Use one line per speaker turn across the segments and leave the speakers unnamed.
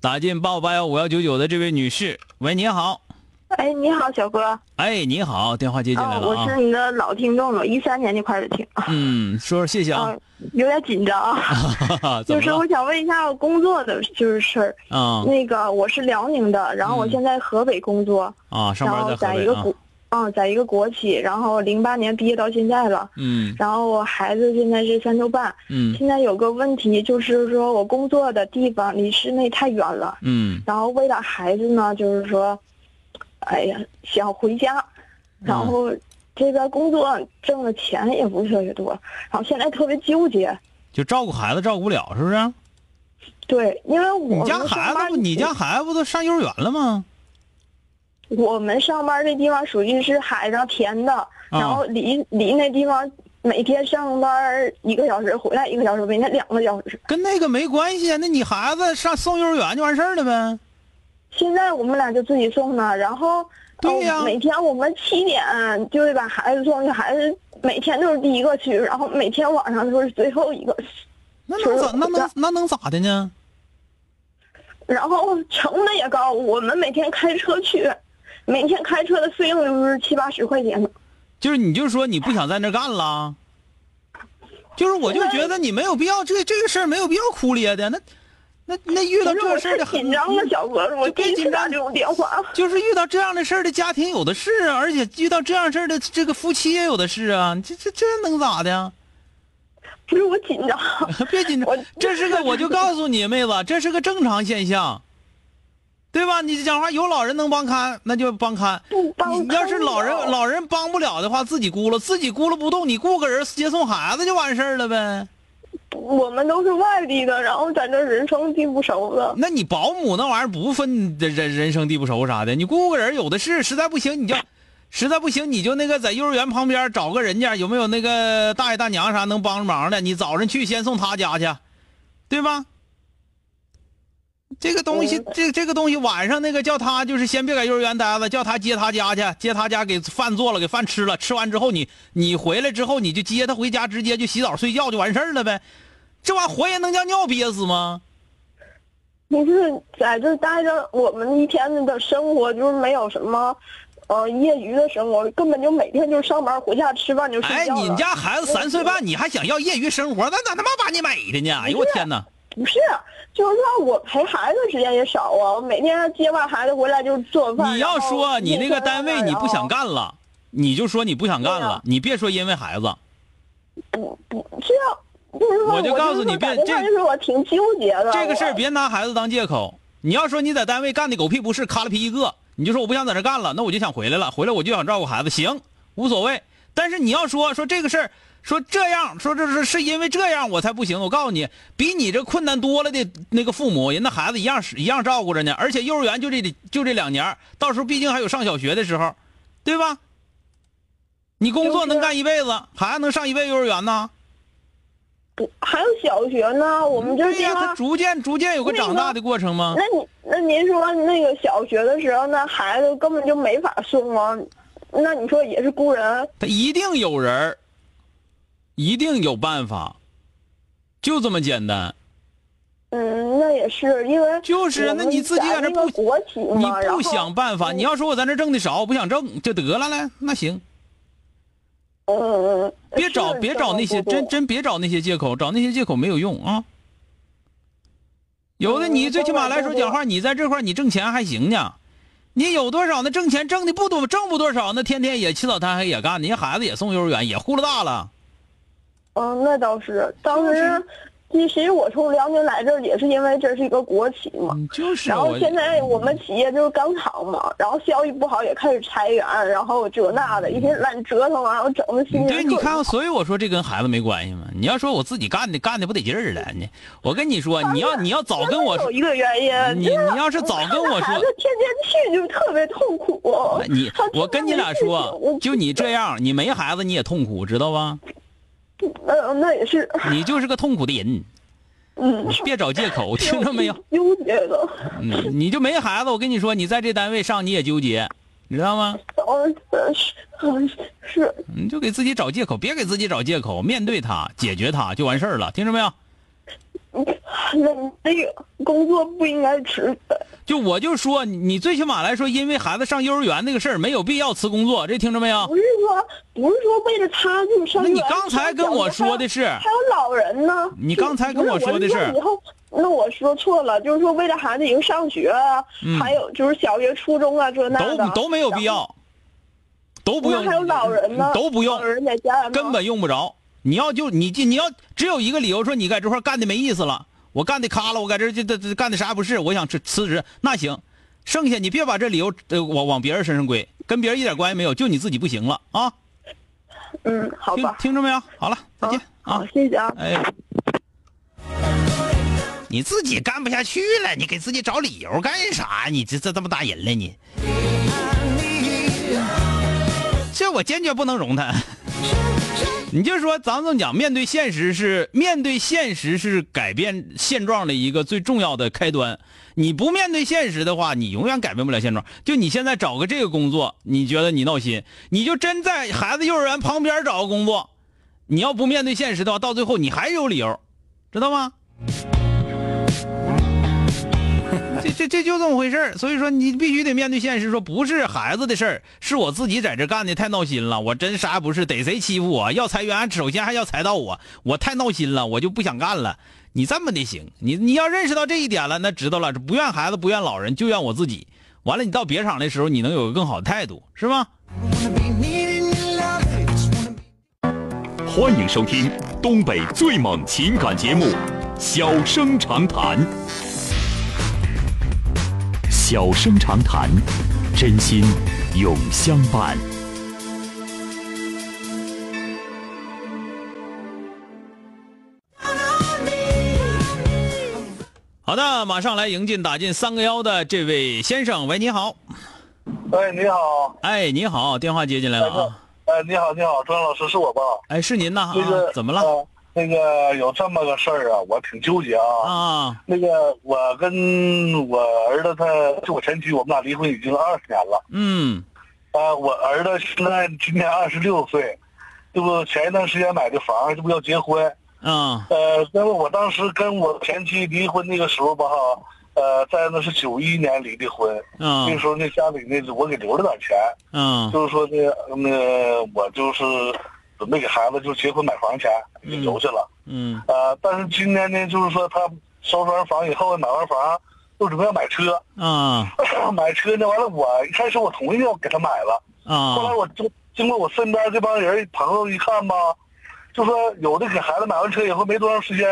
打进八五八幺五幺九九的这位女士，喂，你好，
哎，你好，小哥。
哎，你好，电话接进来
啊，
了
我
啊，
是你的老听众了，一三年就开始听。
嗯，说说谢谢啊
啊，，有点紧张 啊。
怎
就
么
是我
了？
想问一下我工作的就是事儿。
啊
那个我是辽宁的，然后我
嗯
现在河北工作，
啊，上
然
班
后
在河
在一
北
个
啊
国，，嗯，在一个国企，然后零八年毕业到现在了。
嗯
然后我孩子现在是三周半，
嗯
现在有个问题就是说我工作的地方离市内太远了，
嗯，
然后为了孩子呢，就是说，哎呀，想回家，
嗯
然后这边工作挣的钱也不是特别多，然后现在特别纠结。
就照顾孩子照顾不了，是不是？
对，因为我
你
们
家孩
上
子
班
不？你家孩子不都上幼儿园了吗？
我们上班这地方属于是海上田
啊
的，然后离离那地方每天上班一个小时，回来一个小时，每天两个小时。
跟那个没关系啊，那你孩子上送幼儿园就完事儿了呗。
现在我们俩就自己送呢，然后
对呀
呃每天我们七点就得把孩子送去，孩子每天都是第一个去，然后每天晚上都是最后一个去，
那能咋？
是
那能那能咋的呢？
然后成本也高，我们每天开车去，每天开车的费用就是七八十块钱呢。
就是你就说你不想在那儿干了，就是我就觉得你没有必要，这这个事儿没有必要哭咧的。那那那遇到
可是
这
我
事儿
太
的
紧张了，小哥，我
就别
第一
紧
次
张
打这种电话。
就是遇到这样的事儿的家庭有的是啊，而且遇到这样事儿的这个夫妻也有的是啊，这这这能咋的？啊
不是我紧 张，
别紧张
我，
这是个我就告诉你，妹子，这是个正常现象，对吧？你讲话有老人能帮看，那就帮看。
不帮
你要是
看
老人
了
老人帮不了的话，自己咕噜，自己咕噜不动，你雇个人接送孩子就完事儿了呗。
我们都是外地的，然后在这人生地不熟的。
那你保姆那玩意儿不分人人生地不熟啥的，你雇个人有的是，实在不行你就，实在不行你就那个在幼儿园旁边找个人家，有没有那个大爷大娘啥能帮忙的？你早上去先送他家去，对吧？这个东西，这这个东西晚上那个叫他就是先别在幼儿园待着，叫他接他家去，接他家给饭做了，给饭吃了，吃完之后你你回来之后你就接他回家，直接就洗澡睡觉就完事儿了呗。这玩意儿活人能叫尿憋死吗？
不是在这待着，我们一天的生活就是没有什么，呃，业余的生活，根本就每天就是上班回家吃饭就睡
哎，
觉了。
你们家孩子三岁半，你还想要业余生活？那咋他妈把你美的呢？哎呦我天哪！
不是，就是说我陪孩子时间也少啊，我每天接完孩子回来就是做饭。
你要
然后
说你那个单位你不想，干了，你就说你不想干
对
了
啊，
你别说因为孩子。
这样嗯就是说
我就告诉你
我
别
就是说打电话就是我挺纠结的。
这个事儿
啊我
别拿孩子当借口。你要说你在单位干的狗屁不是，卡了皮一个，你就说我不想在这干了，那我就想回来了，回来我就想照顾孩子，行，无所谓。但是你要说说这个事儿，说这样，说这是是因为这样我才不行。我告诉你，比你这困难多了的那个父母，人那孩子一样是一样照顾着呢。而且幼儿园就这里就这两年儿，到时候毕竟还有上小学的时候，对吧？你工作能干一辈子，孩子能上一辈子幼儿园呢？
还有小学呢，我们就是
嗯对哎
这
呀、
样啊
他。逐渐逐渐有个
那
长
个
大的过程吗？
那你那您说那个小学的时候，那孩子根本就没法送啊，那你说也是孤人，
他一定有人儿一定有办法，就这么简单。
嗯，那也是因为
就是
我
那
们
你自己在
在
这不
那个国企
你
嘛，然
不
后
想办法，你要说我在这挣的少，我不想挣就得了嘞，那行，
嗯嗯，嗯
别找
是
别
这
找
么
那些
不多
真真别找那些借口，找那些借口没有用啊。有
嗯
的你最起码来说讲话，你在这块儿你挣钱还行呢，你有多少呢？挣钱挣的不多，挣不多少，那天天也起早贪黑也干，人家孩子也送幼儿园，也呼噜大了。
嗯，那倒是，当时其实我从辽宁来这儿也是因为这是一个国企嘛。
嗯就是
然
啊
后
我，
现在我们企业就是钢厂嘛，然后效益不好也开始裁员，然后这那的，一天懒折腾，啊然后整的心情
对，
特
嗯你
别
看，
不好
所以我说这跟孩子没关系嘛。你要说我自己干的，干的不得劲儿了呢。我跟你说，你要你要早跟我
有
说，
一个原因，
你你要是早跟我
孩
说
子，天天去就特别痛苦。
你
他
我跟你俩说，就你这样，你没孩子你也痛苦，知道吧？
呃，那也是，
你就是个痛苦的人，
嗯，
别找借口， 听着没有？？
纠结的，
嗯，你就没孩子，我跟你说，你在这单位上你也纠结，你知道吗？
嗯，是，嗯，是，
你就给自己找借口，别给自己找借口，面对它，解决它就完事儿了，听着没有？
那你那个工作不应该辞的，
就我就说，你你最起码来说，因为孩子上幼儿园那个事儿，没有必要辞工作，这听着没有？
不是说不是说为了他就上。
啊那你刚才跟我说的是
还有老人呢。
你刚才跟我说的是
不我以后那我说错了，就是说为了孩子以后上学啊，
嗯
还有就是小学、初中啊，这那
都
的
都没有必。要，都不
那
用，
还有老人呢，
都不用
老，人在家呢
根本用不着。你要就你你要只有一个理由说你在这块儿干的没意思了，我干的卡了，我在这儿就这这干的啥也不是，我想辞辞职，那行，剩下你别把这理由呃往往别人身上归，跟别人一点关系没有，就你自己不行了啊！
嗯，好
听
吧，
听着没有？好了，再见啊
好，！谢谢啊。
哎，你自己干不下去了，你给自己找理由干啥？你这这这么大人了，你这我坚决不能容他。你就说，咱们这么讲，面对现实是面对现实是改变现状的一个最重要的开端。你不面对现实的话，你永远改变不了现状。就你现在找个这个工作，你觉得你闹心，你就真在孩子幼儿园旁边找个工作，你要不面对现实的话，到最后你还有理由，知道吗？这这这就这么回事儿，所以说你必须得面对现实，说不是孩子的事儿，是我自己在这干的太闹心了，我真啥也不是，逮谁欺负我，要裁员，首先还要裁到我，我太闹心了，我就不想干了。你这么的行，你你要认识到这一点了，那知道了，不怨孩子，不怨老人，就怨我自己。完了，你到别厂的时候，你能有个更好的态度，是吗？
欢迎收听东北最猛情感节目《小生长谈》。小生长谈，真心永相伴。
好的，马上来迎进打进三个幺的这位先生，喂，你好，
哎，你好，
哎，你好，电话接进来了啊，
哎，你好，你好，庄老师是我吧？
哎，是您呐
那个、
啊，怎么了
呃那个有这么个事儿啊，我挺纠结啊。
啊？
那个我跟我儿子他是我前妻，我们俩离婚已经二十年了。
嗯
啊，我儿子现在今年二十六岁，这不前一段时间买的房，这不要结婚。
啊
呃，那么我当时跟我前妻离婚那个时候吧，哈，呃，在那是九一年离的婚，
啊
那时候那家里那我给留了点钱。
啊
就是说呢，那、我就是准备给孩子就结婚买房钱给留下了。
嗯
呃，但是今年呢，就是说他收拾完房以后，买完房又准备要买车，
啊
买车呢，完了我一开始我同意要给他买了，后来
啊
我就经过我身边这帮人朋友一看吧，就说有的给孩子买完车以后没多长时间，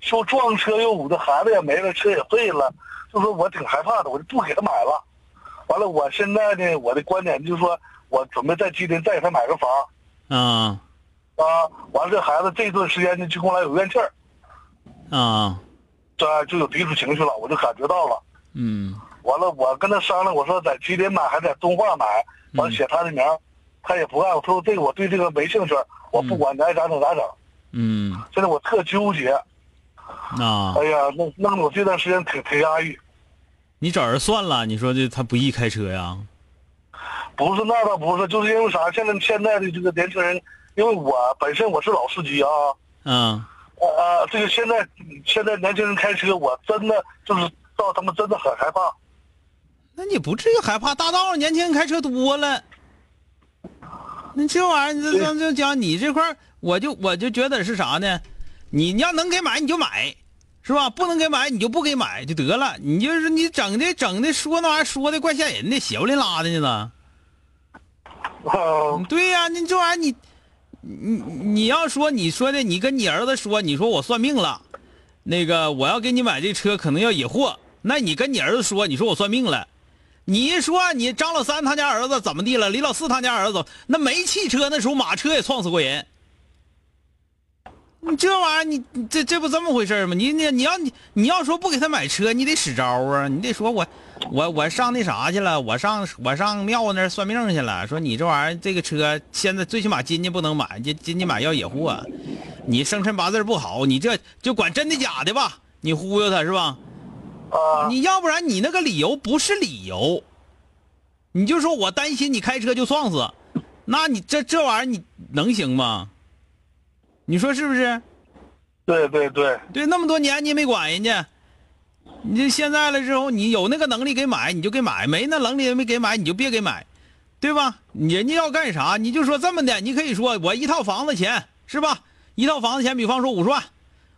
说撞车又捂的孩子也没了，车也废了，就说我挺害怕的，我就不给他买了。完了，我现在呢，我的观点就是说，我准备在吉林再给他买个房
啊
啊。完了，这孩子这段时间呢，就跟我俩有怨气儿，
啊
这就有抵触情绪了，我就感觉到了。
嗯
完了，我跟他商量，我说在吉林买还是在东化买，完了写他的名儿，他也不干。我说这个我对这个没兴趣，我不管，你爱咋整咋整。
嗯
现在我特纠结，
啊
哎，呀，弄弄得我这段时间挺挺压抑。
你找人算了，你说这他不易开车呀？
不是那倒不是，就是因为啥？现在现在的这个年轻人，因为我本身我是老司机啊，
嗯
呃呃，这个现在现在年轻人开车，我真的就是到他们真的很害怕。
那你不至于害怕，大道上年轻人开车多了。那这玩意儿，你这这这讲你这块儿，我就我就觉得是啥呢？你你要能给买你就买，是吧？不能给买你就不给买就得了，你就是你整的整的说那玩意儿说的怪吓人的，血不淋拉的呢。
啊，
对呀、你这玩意儿你你你要说你说的，你跟你儿子说，你说我算命了，那个我要给你买这车可能要野货，那你跟你儿子说，你说我算命了。你一说你张老三他家儿子怎么地了，李老四他家儿子那没汽车那时候马车也撞死过人，你这玩意儿，你你这这不这么回事儿吗？你你你要你你要说不给他买车，你得使招啊！你得说我我我上那啥去了，我上我上庙那儿算命去了。说你这玩意儿，这个车现在最起码金家不能买，金金家买要野货、你生辰八字不好，你这就管真的假的吧，你忽悠他是吧？
啊，
你要不然你那个理由不是理由，你就说我担心你开车就撞死，那你这这玩意儿你能行吗？你说是不是？
对对对，
对，那么多年你也没管人家，你这现在了之后，你有那个能力给买你就给买，没那能力没给买你就别给买，对吧？你人家要干啥你就说这么的，你可以说我一套房子钱是吧？一套房子钱，比方说五十万，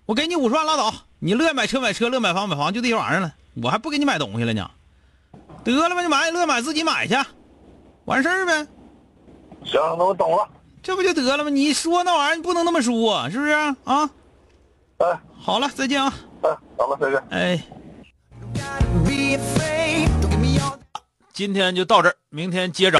我给你五十万拉倒，你乐意买车买车，乐意买房买房，就这些玩意儿了，我还不给你买东西了呢。得了吧，你买乐意买自己买去，完事儿呗，
行，那我懂了。
这不就得了吗？你说那玩意儿你不能那么说，是不是啊？啊
哎
好了，再见啊，
哎，好了，再见。
哎。
Be afraid, don't give me all
今天就到这儿，明天接着。